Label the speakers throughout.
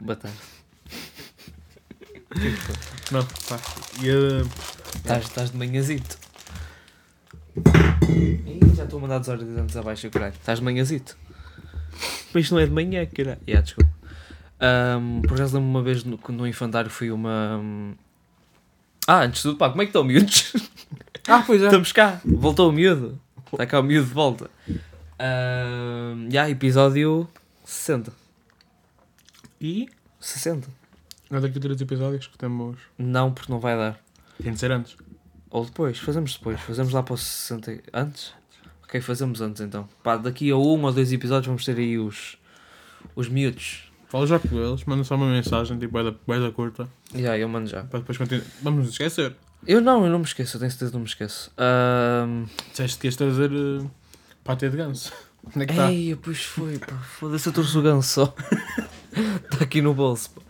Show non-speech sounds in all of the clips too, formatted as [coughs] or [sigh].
Speaker 1: Batata.
Speaker 2: Não, pá. E eh, a.
Speaker 1: Estás, estás de manhãzito. Ih, já estou a mandar desordenantes abaixo, caralho. Estás de manhãzito. Mas isto não é de manhã, caralho. Yeah, desculpa. Ahm, por acaso lembro-me uma vez no, que no infantário fui uma. hum, Ah, antes de tudo, pá, como é que estão miúdos?
Speaker 2: Ah, pois é.
Speaker 1: Estamos cá. Voltou o miúdo. Está cá o miúdo de volta. Ahm, já, episódio 60.
Speaker 2: E.
Speaker 1: 60?
Speaker 2: Há daqui a três episódios que temos.
Speaker 1: Não, porque não vai dar.
Speaker 2: Tem de ser antes.
Speaker 1: Ou depois, fazemos depois, fazemos lá para o 60. e- Antes? Ok, fazemos antes então. Pá, daqui a um ou dois episódios vamos ter aí os, os miúdos.
Speaker 2: Fala já com eles, manda só uma mensagem, tipo, é da, bué da curta.
Speaker 1: Já, eu mando já.
Speaker 2: Para depois continuar. Vamos nos esquecer.
Speaker 1: Eu não, eu não me esqueço, eu tenho certeza que não me esqueço. Ahm,
Speaker 2: Disseste que ias trazer. Uh, pátê de ganso. Onde é que está?
Speaker 1: Ei, pois foi, pá. tá? Foda-se, eu trouxe o ganso só. [laughs] Está aqui no bolso, pá.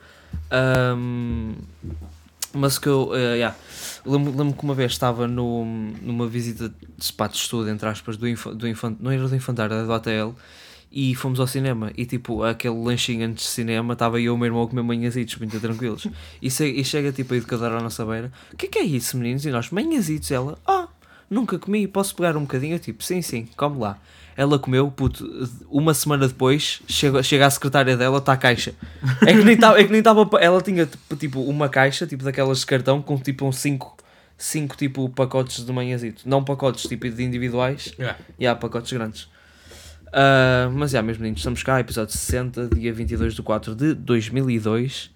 Speaker 1: Ahm, mas que eu, eh, yeah. lembro, lembro que uma vez estava no, numa visita de pá, de estudo, entre aspas, do, infa, do infan- não era do infantário, era do ATL, e fomos ao cinema. E tipo, aquele lanchinho antes de cinema, estava eu e o meu irmão a comer manhãzitos, muito tranquilos. E, se- e chega tipo a educadora à nossa beira: O que é que é isso, meninos? E nós, manhãzitos. Ela, ah, nunca comi, posso pegar um bocadinho? Eu tipo, sim, sim, come lá. Ela comeu, puto, uma semana depois, chega, chega à secretária dela, está a caixa. É que nem estava, é que nem tava, pa- ela tinha tipo, tipo, uma caixa, tipo daquelas de cartão, com tipo uns 5, cinco tipo pacotes de manhãzito. Não pacotes tipo de individuais,
Speaker 2: Yeah.
Speaker 1: e há pacotes grandes. Ah, mas já, meus meninos, estamos cá, episódio 60, dia 22 de 4 de 2002.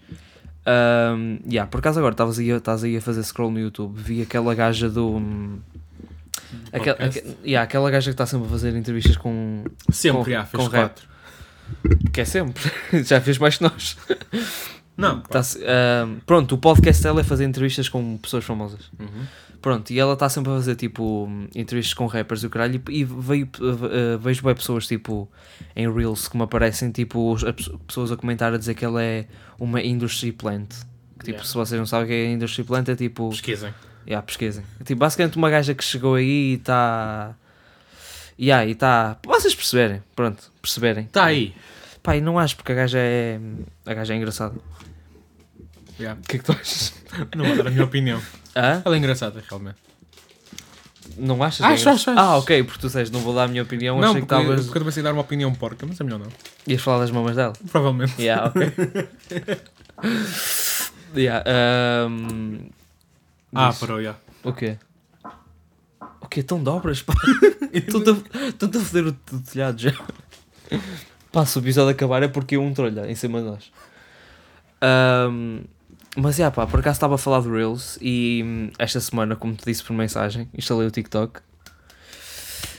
Speaker 1: Um, yeah, por acaso agora estavas aí, a- estás aí a fazer scroll no YouTube, vi aquela gaja do. hum, aquela,
Speaker 2: podcast?
Speaker 1: aque- yeah, aquela gaja que está sempre a fazer entrevistas com.
Speaker 2: Sempre,
Speaker 1: Com-
Speaker 2: já, fez
Speaker 1: com rap.
Speaker 2: quatro.
Speaker 1: que é sempre, [laughs] já fez mais que nós.
Speaker 2: Não, pá.
Speaker 1: Tá se- um, pronto, o podcast dela é fazer entrevistas com pessoas famosas.
Speaker 2: Uhum.
Speaker 1: Pronto, e ela está sempre a fazer tipo hum, entrevistas com rappers e o caralho. E, e veio, eh, eh, vejo bem pessoas tipo em Reels que me aparecem tipo os- a pesso- pessoas a comentar a dizer que ela é uma industry plant. Que, tipo,
Speaker 2: Yeah.
Speaker 1: se vocês não sabem o que é industry plant, é tipo.
Speaker 2: Pesquisem.
Speaker 1: Yeah, pesquisem. Tipo, basicamente uma gaja que chegou aí e está. Yeah, e está. Vocês perceberem, pronto, perceberem.
Speaker 2: Está Tá aí.
Speaker 1: Pá, e não acho porque a gaja é. A gaja é engraçada.
Speaker 2: Yeah.
Speaker 1: O que é que tu achas?
Speaker 2: Não vou dar a minha opinião.
Speaker 1: [laughs] Hã?
Speaker 2: Ela é engraçada, realmente.
Speaker 1: Não achas?
Speaker 2: Acho,
Speaker 1: engra-
Speaker 2: acho, acho.
Speaker 1: Ah, ok, porque tu disseste, não vou dar a minha opinião,
Speaker 2: não,
Speaker 1: achei
Speaker 2: porque,
Speaker 1: que estavas.
Speaker 2: porque eu também sei dar uma opinião porca, mas é melhor não.
Speaker 1: Ias falar das mamas
Speaker 2: [laughs]
Speaker 1: dela?
Speaker 2: Provavelmente.
Speaker 1: Yeah, ok. yeah, um...
Speaker 2: Ah,
Speaker 1: diz-
Speaker 2: parou, já.
Speaker 1: O quê? O quê? Tão dobras,
Speaker 2: [laughs]
Speaker 1: pá? Estou-te a- Estou-te a foder o t- o telhado já. Pá, se o episódio acabar é porque um trolha em cima de nós. Ahm, mas, é, pá, por acaso estava a falar de Reels e hum, esta semana, como te disse por mensagem, instalei o TikTok.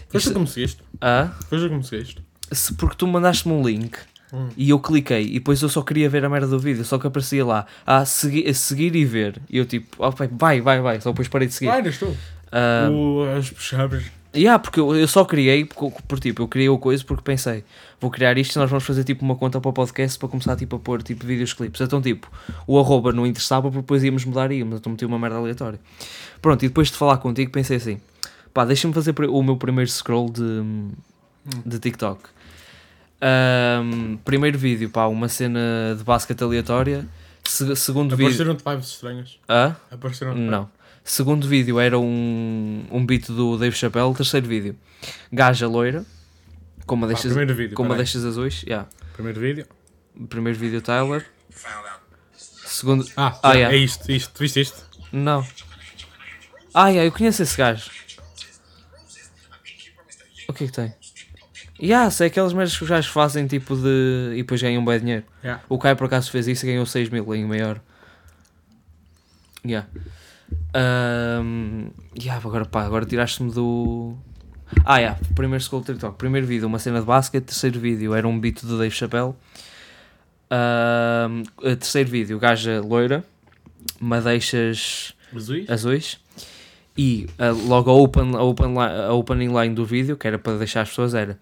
Speaker 2: Foi tu
Speaker 1: Isto-
Speaker 2: que me seguiste.
Speaker 1: Ah?
Speaker 2: Foi tu que me seguiste.
Speaker 1: se- porque tu mandaste-me um link
Speaker 2: Hum.
Speaker 1: e eu cliquei e depois eu só queria ver a merda do vídeo, só que aparecia lá a, segui- a seguir e ver. E eu tipo, "Ah, pai, vai, vai, vai, só depois parei de seguir.
Speaker 2: Ah, eras tu.
Speaker 1: Ah,
Speaker 2: O- As puxabras.
Speaker 1: e ah, porque eu, eu só criei, por, por tipo, eu criei o coisa porque pensei, vou criar isto e nós vamos fazer tipo uma conta para o podcast para começar tipo a pôr tipo vídeos clipes. Então tipo, o arroba não interessava porque depois íamos mudar e íamos, então meti uma merda aleatória. Pronto, e depois de falar contigo pensei assim, pá, deixa-me fazer pri- o meu primeiro scroll de, de TikTok. Ahm, primeiro vídeo, pá, uma cena de basquete aleatória. Se- segundo vídeo...
Speaker 2: Apareceram-te vibes estranhas.
Speaker 1: Hã?
Speaker 2: Apareceram-te. vibes.
Speaker 1: Não. Segundo vídeo era um, um beat do Dave Chappelle. Terceiro vídeo, gaja loira, com uma
Speaker 2: Ah,
Speaker 1: deixas,
Speaker 2: primeiro vídeo.
Speaker 1: com uma
Speaker 2: peraí.
Speaker 1: deixas azuis. Yeah.
Speaker 2: Primeiro vídeo.
Speaker 1: Primeiro vídeo, Tyler. Segundo.
Speaker 2: Ah,
Speaker 1: Ah,
Speaker 2: já,
Speaker 1: yeah.
Speaker 2: é isto, isto. Viste isto?
Speaker 1: Não. Ah, yeah, eu conheço esse gajo. O que é que tem? Yeah, sei aquelas merdas que os gajos fazem tipo de. e depois ganham bem dinheiro.
Speaker 2: Yeah.
Speaker 1: O Caio por acaso fez isso e ganhou 6 mil em meia hora. Yeah. Ahm, yeah, agora pá, agora tiraste-me do. Ah, yeah, primeiro scroll do TikTok. Primeiro vídeo, uma cena de basquete. Terceiro vídeo, era um beat do Dave Chappelle. Ahm, eh, terceiro vídeo, gaja loira, madeixas
Speaker 2: Azuis?
Speaker 1: azuis. E ah, logo a, open, a, open li- a opening line do vídeo, que era para deixar as pessoas, era: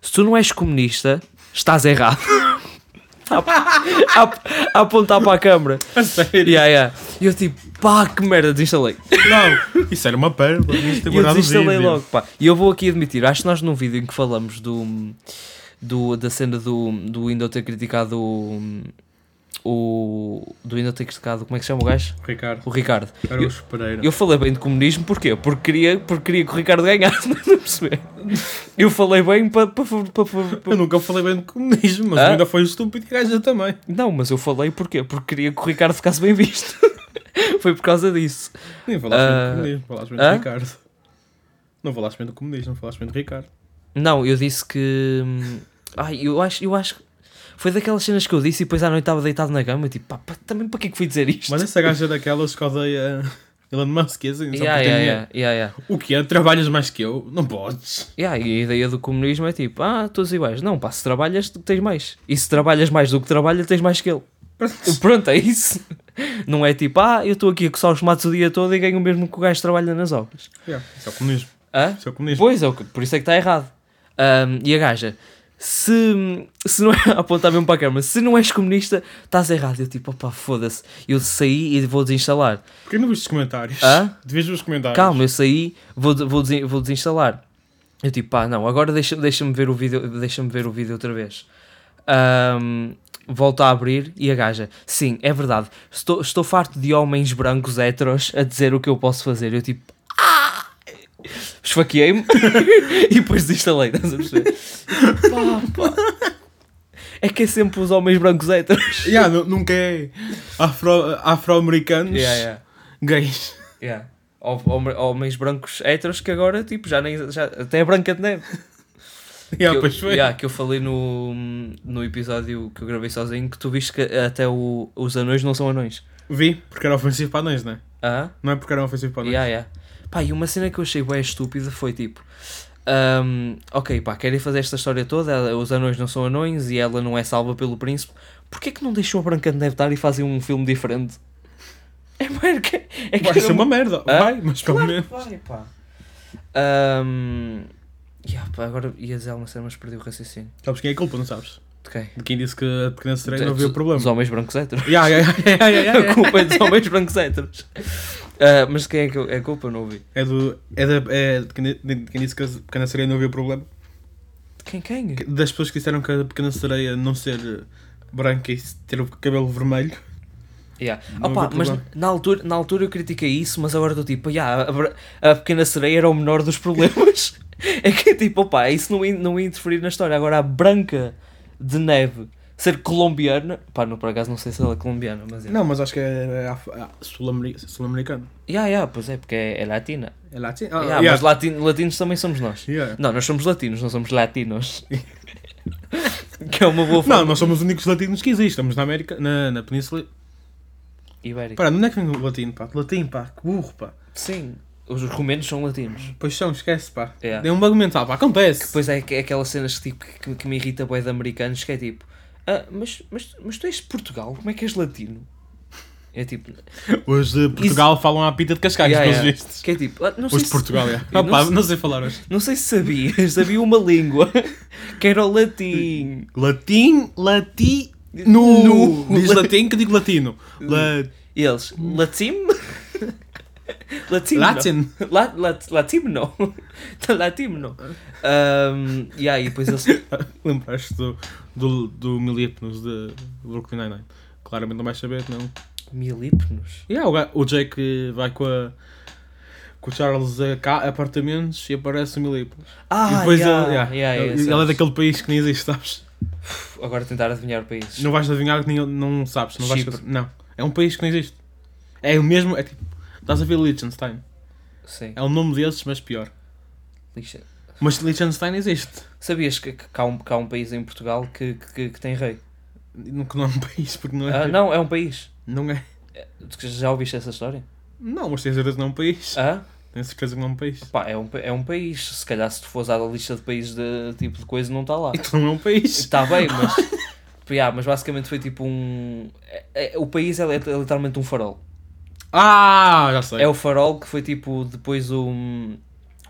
Speaker 1: Se tu não és comunista, estás errado. [laughs] a, a- a apontar para a câmara.
Speaker 2: [laughs] A sério?
Speaker 1: Yeah, yeah. E eu tipo, pá, que merda, desinstalei. [laughs]
Speaker 2: Não, isso era uma pérola. Tinhas de ter
Speaker 1: E eu
Speaker 2: guardado o
Speaker 1: desinstalei
Speaker 2: vídeo.
Speaker 1: logo, pá. E eu vou aqui admitir, acho que nós num vídeo em que falamos do, do da cena do, do Windows ter criticado o, o do ainda ter criticado, como é que se chama o gajo?
Speaker 2: Ricardo
Speaker 1: O
Speaker 2: um
Speaker 1: Ricardo. Eu,
Speaker 2: Araújo Pereira.
Speaker 1: eu falei bem de comunismo, porquê? Porque queria, porque queria que o Ricardo ganhasse, [laughs] não perceber. Eu falei bem para. Pa, pa, pa- pa-
Speaker 2: Eu nunca falei bem de comunismo, mas
Speaker 1: Hã?
Speaker 2: ainda foi estúpido e gaja também.
Speaker 1: Não, mas eu falei porquê? Porque queria que o Ricardo ficasse bem visto. [laughs] Foi por causa disso.
Speaker 2: Nem falaste bem
Speaker 1: Ah.
Speaker 2: de comunismo, falaste bem
Speaker 1: Hã?
Speaker 2: de Ricardo. Não falaste bem do comunismo, falaste bem de Ricardo.
Speaker 1: Não, eu disse que. hum, Ai, eu acho, eu acho. Foi daquelas cenas que eu disse e depois à noite estava deitado na cama, tipo, pá, pá, também para que é que fui dizer isto? [laughs]
Speaker 2: Mas essa gaja é daquelas que odeia Elon Musk, e assim, só
Speaker 1: yeah, yeah,
Speaker 2: porque tem
Speaker 1: yeah, yeah, yeah.
Speaker 2: dinheiro. O que é? Trabalhas mais que eu? Não podes.
Speaker 1: Yeah, e a ideia do comunismo é tipo, ah, todos iguais. Não, pá, se trabalhas, tu tens mais. E se trabalhas mais do que trabalha, tens mais que ele. Pronto, é isso. Não é tipo, ah, eu estou aqui a coçar os matos o dia todo e ganho o mesmo que o gajo trabalha nas obras.
Speaker 2: Yeah, isso é o comunismo.
Speaker 1: Hã?
Speaker 2: Isso é o comunismo.
Speaker 1: Pois, é, o que- por isso é que está errado. Ahm, e a gaja, se, se não é, [laughs] apontar mesmo para a câmara, se não és comunista, estás errado. Eu tipo, opá, foda-se. Eu saí e vou desinstalar.
Speaker 2: Porquê não viste os comentários?
Speaker 1: Hã?
Speaker 2: Devias ver os comentários.
Speaker 1: Calma, eu saí, vou, de- vou, desin- vou desinstalar. Eu tipo, pá, não, agora deixa- deixa-me ver o vídeo, deixa-me ver o vídeo outra vez. Ahm, volto a abrir e a gaja, sim, é verdade. Estou, estou farto de homens brancos heteros a dizer o que eu posso fazer. Eu tipo, "Ah!" esfaqueei-me [laughs] e depois desinstalei, estás a perceber? Pá, pá. É que é sempre os homens brancos heteros.
Speaker 2: Yeah, nu- nunca é afro- afro-americanos gays. [laughs]
Speaker 1: Yeah. Hom- hom- Homens brancos heteros que agora, tipo, já nem. Já, até é branca de neve.
Speaker 2: Yeah,
Speaker 1: que,
Speaker 2: pois
Speaker 1: eu,
Speaker 2: foi.
Speaker 1: yeah, que eu falei no, no episódio que eu gravei sozinho que tu viste que até o- os anões não são anões.
Speaker 2: Vi, porque era ofensivo para nós, não é?
Speaker 1: Ah?
Speaker 2: Não é porque era ofensivo para nós.
Speaker 1: Yeah, yeah. Pá, e uma cena que eu achei bem estúpida foi tipo. ahm, ok, pá, querem fazer esta história toda, ela- os anões não são anões e ela não é salva pelo príncipe. Porquê que não deixam a Branca de Neve estar e fazem um filme diferente? [laughs] É, mano, que- é que
Speaker 2: Vai
Speaker 1: era
Speaker 2: ser uma merda.
Speaker 1: Hã?
Speaker 2: Vai, mas pelo menos.
Speaker 1: Vai, pá. Ahm, Um, yeah, pá, agora ia dizer alguma cena, mas perdi o raciocínio.
Speaker 2: Sabes quem é a culpa, não sabes?
Speaker 1: De quem?
Speaker 2: De quem disse que a pequença treina não havia problema.
Speaker 1: Os homens brancos héteros.
Speaker 2: Yeah, yeah, yeah, yeah,
Speaker 1: [laughs]
Speaker 2: yeah,
Speaker 1: A
Speaker 2: yeah.
Speaker 1: culpa é dos homens brancos héteros. Ah, mas de quem é que é a culpa? Não ouvi.
Speaker 2: É, do, é, da, é de, quem, de quem disse que a pequena sereia não havia problema.
Speaker 1: De quem? Quem?
Speaker 2: Que- Das pessoas que disseram que a pequena sereia não ser branca e ter o cabelo vermelho.
Speaker 1: Yeah.
Speaker 2: Não
Speaker 1: Opa,
Speaker 2: havia
Speaker 1: mas
Speaker 2: problema.
Speaker 1: na altura, na altura eu critiquei isso, mas agora estou tipo, yeah, a, bra- a pequena sereia era o menor dos problemas. [laughs] é que é tipo, opa, isso não ia, não ia interferir na história. Agora a branca de neve ser colombiana, pá, não, por acaso não sei se ela é colombiana, mas é.
Speaker 2: Não, mas acho que é, af- ah, sul-ameri- sul-americano.
Speaker 1: Yeah, yeah, pois é, porque é, é latina.
Speaker 2: É latim? Ah,
Speaker 1: Yeah, Mas latin- latinos também somos nós.
Speaker 2: Yeah.
Speaker 1: Não, nós somos latinos, não somos
Speaker 2: [laughs]
Speaker 1: latinos. que é uma boa forma.
Speaker 2: Não, nós somos os únicos latinos que existem. Estamos na América, na, na Península.
Speaker 1: Ibérica.
Speaker 2: Pá, de onde é que vem o latino, pá? Latim, pá, que burro, pá.
Speaker 1: Sim, os romenos são latinos.
Speaker 2: Pois são, esquece, pá.
Speaker 1: Yeah.
Speaker 2: Deu um bug mental, pá, acontece.
Speaker 1: Depois é, que- é aquelas cenas que, tipo, que, que me irrita bem de americanos que é tipo, ah, mas, mas, mas tu és de Portugal, como é que és latino? É tipo,
Speaker 2: Os de Portugal falam à pita de Cascais,
Speaker 1: yeah,
Speaker 2: pelos
Speaker 1: yeah.
Speaker 2: vistos.
Speaker 1: que é tipo, ah, não, sei
Speaker 2: Os de
Speaker 1: se, [laughs]
Speaker 2: Portugal, é.
Speaker 1: Eu
Speaker 2: Ah,
Speaker 1: não
Speaker 2: pá,
Speaker 1: sei-
Speaker 2: não sei falar hoje.
Speaker 1: não sei se sabias, havia uma língua [laughs] que era o latim.
Speaker 2: Latim, lati...
Speaker 1: Nu.
Speaker 2: Nu. Diz latim que digo latino. La...
Speaker 1: E eles, latim? [laughs] latim?
Speaker 2: Latin.
Speaker 1: La, lat, latimno. [laughs] latimno. Um, yeah, e depois
Speaker 2: [laughs]
Speaker 1: eles,
Speaker 2: [laughs] Lembraste do, do, do Milipnos de Brooklyn Nine-Nine? Claramente não vais saber, não.
Speaker 1: milíponos?
Speaker 2: E há o, ga- o Jake vai com a... Com o Charles a ca- apartamentos e aparece o Milipnos.
Speaker 1: Ah,
Speaker 2: e depois
Speaker 1: yeah,
Speaker 2: ele, yeah,
Speaker 1: yeah, yeah,
Speaker 2: ele, ele é
Speaker 1: sabes.
Speaker 2: daquele país que nem existe, sabes?
Speaker 1: Agora tentar adivinhar o país.
Speaker 2: Não vais adivinhar que nem, não sabes. Não, vais
Speaker 1: Chipre.
Speaker 2: fazer- não. É um país que não existe. É o mesmo. É tipo. Estás a ver Liechtenstein.
Speaker 1: Sim.
Speaker 2: É o nome desses, mas pior.
Speaker 1: Lixa.
Speaker 2: Mas Liechtenstein existe.
Speaker 1: Sabias que, que, há um, que há um país em Portugal que, que, que tem rei?
Speaker 2: Não- Que não é um país, porque não é.
Speaker 1: Ah, não, é um país.
Speaker 2: Não é.
Speaker 1: Tu Já ouviste essa história?
Speaker 2: Não, mas tenho certeza que não é um país.
Speaker 1: Ah?
Speaker 2: Tenho certeza que não é um país. [laughs]
Speaker 1: Pá, é um, pa- é um país. Se calhar se tu fores à lista de países de tipo de coisa não está lá.
Speaker 2: Então não é um país.
Speaker 1: Está bem,
Speaker 2: [laughs]
Speaker 1: mas... Yeah, mas basicamente foi tipo um... é- é- o país é, lit- é literalmente um farol.
Speaker 2: Ah, já sei.
Speaker 1: É o farol que foi tipo... Depois o,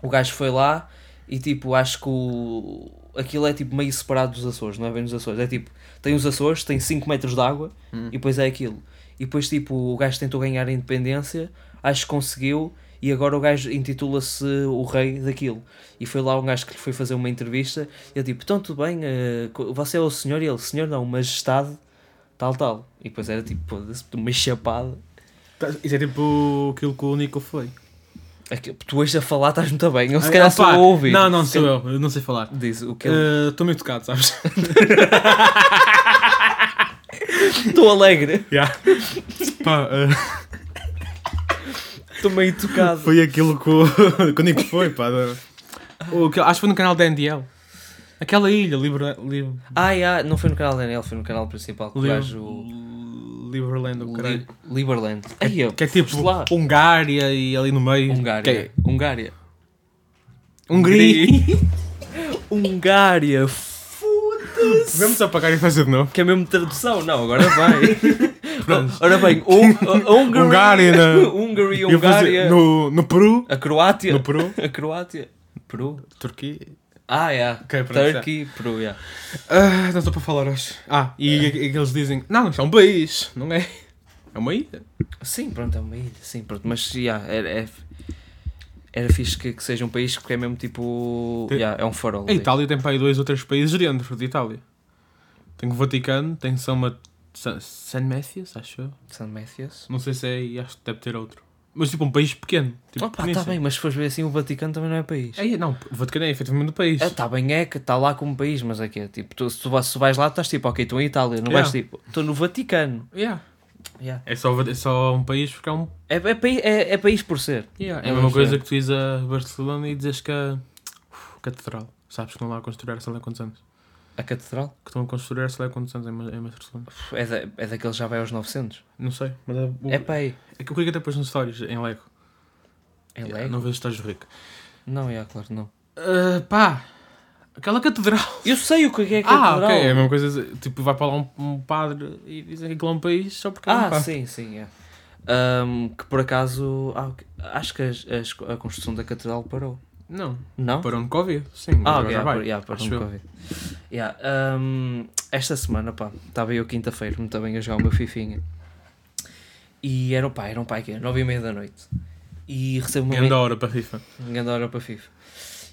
Speaker 1: o gajo foi lá e tipo acho que o... Aquilo é tipo meio separado dos Açores, não é bem nos Açores. É tipo, tem os Açores, tem 5 metros de água
Speaker 2: Hum.
Speaker 1: e depois é aquilo. E depois, tipo, o gajo tentou ganhar a independência, acho que conseguiu, e agora o gajo intitula-se o rei daquilo. E foi lá um gajo que lhe foi fazer uma entrevista, e ele tipo, então tudo bem, eh, co- você é o senhor? E ele, senhor não, majestade. tal, tal. E depois era tipo, foda-se, uma chapada.
Speaker 2: Tá- Isso é tipo aquilo que o Nico foi.
Speaker 1: É que Tu hoje a falar estás muito bem. Eu se
Speaker 2: Ah,
Speaker 1: calhar
Speaker 2: opá,
Speaker 1: sou a ouvir.
Speaker 2: Não, não
Speaker 1: Se
Speaker 2: sou
Speaker 1: calhar-
Speaker 2: eu, eu não sei falar.
Speaker 1: Diz o que ele-
Speaker 2: Estou meio tocado, sabes?
Speaker 1: [laughs]
Speaker 2: [laughs]
Speaker 1: Estou alegre.
Speaker 2: Yeah. Pá, eh,
Speaker 1: Estou meio tocado.
Speaker 2: foi aquilo que o, [laughs] é que o Nico foi, pá. da- O que- acho que foi no canal da NDL. Aquela ilha, Libra, Lib,
Speaker 1: Ah, yeah, não foi no canal Daniel, foi no canal principal. Que o
Speaker 2: Lib-
Speaker 1: gajo.
Speaker 2: Liberland, o caralho.
Speaker 1: Li- Liberland. Ai, eu,
Speaker 2: Que é tipo
Speaker 1: foste lá.
Speaker 2: Hungária e ali no meio.
Speaker 1: Hungária.
Speaker 2: Que
Speaker 1: Hungária.
Speaker 2: é- Hungria.
Speaker 1: [laughs] Hungária. Foda-se.
Speaker 2: Vamos apagar e fazer de novo.
Speaker 1: Que é mesmo tradução? Não, agora [laughs] vai. Oh, Ora bem, [laughs] Hungary.
Speaker 2: Hungária, né?
Speaker 1: [laughs] Hungary,
Speaker 2: Eu fazer
Speaker 1: Hungária.
Speaker 2: no, no Peru.
Speaker 1: A Croácia.
Speaker 2: No Peru.
Speaker 1: A Croácia. Peru.
Speaker 2: Turquia.
Speaker 1: Ah, yeah.
Speaker 2: Ok, pronto, já.
Speaker 1: Turkey, Peru, yeah.
Speaker 2: Ah, não estou para falar hoje. Ah, e, e eles dizem: Não, isso é um país, não é? É uma ilha.
Speaker 1: Sim, pronto, é uma ilha. Sim, pronto. Mas, yeah, era, é- era fixe que, que seja um país porque é mesmo tipo.
Speaker 2: Tem-
Speaker 1: yeah, é um farol.
Speaker 2: A
Speaker 1: ali.
Speaker 2: Itália tem para aí dois ou três países dentro de Itália. Tem o Vaticano, tem São Ma... San, San Matthews, acho eu.
Speaker 1: San Matthews.
Speaker 2: Não sei se é, e acho que deve ter outro. Mas tipo um país pequeno. Tipo,
Speaker 1: Opa, está
Speaker 2: península.
Speaker 1: bem, mas se fores ver assim, o Vaticano também não é país.
Speaker 2: É, não, o Vaticano é efetivamente um país.
Speaker 1: Está bem, é que está lá como país, mas é que é tipo, tu, se tu vais, se vais lá, tu estás tipo, ok, estou em Itália, não vais
Speaker 2: Yeah.
Speaker 1: tipo, estou no Vaticano.
Speaker 2: Yeah.
Speaker 1: Yeah.
Speaker 2: É, só, é só um país porque é um.
Speaker 1: É, é, paí- é- é um país por ser.
Speaker 2: É a mesma coisa que tu ires a Barcelona e dizes que a Uf, catedral. Sabes que não lá a construir sei lá quantos anos.
Speaker 1: A catedral
Speaker 2: Que estão a construir sei lá quantos anos em Ma- em Barcelona.
Speaker 1: Pff, é, da, é daquele que já vai aos 900.
Speaker 2: Não sei, mas é.
Speaker 1: É para aí.
Speaker 2: É que eu clico até depois nos stories em Lego.
Speaker 1: É
Speaker 2: Yeah,
Speaker 1: Lego?
Speaker 2: Não vejo estás rico.
Speaker 1: Não, é, claro, não.
Speaker 2: Ah, pá, aquela catedral.
Speaker 1: Eu sei o que é que é
Speaker 2: Ah,
Speaker 1: catedral.
Speaker 2: ok, é a mesma coisa. dizer- Tipo, vai para lá um, um padre e dizem que aquilo é um país só porque é um
Speaker 1: Ah,
Speaker 2: padre.
Speaker 1: sim, sim, é. Ahm, que por acaso, ah, ok, acho que as- as- a construção da catedral parou.
Speaker 2: Não,
Speaker 1: Não?
Speaker 2: para onde Covid. Sim,
Speaker 1: Ah,
Speaker 2: agora
Speaker 1: ok,
Speaker 2: já
Speaker 1: ah,
Speaker 2: vai.
Speaker 1: por- yeah, por
Speaker 2: acho
Speaker 1: nunca
Speaker 2: eu.
Speaker 1: ouvi. Yeah, hum, esta semana, pá, estava eu quinta-feira, muito bem a jogar o meu fifinha. E era um pai, era um pai que era nove e meia da noite. E recebo uma,
Speaker 2: Grande
Speaker 1: men-
Speaker 2: hora para a FIFA.
Speaker 1: grande hora para FIFA.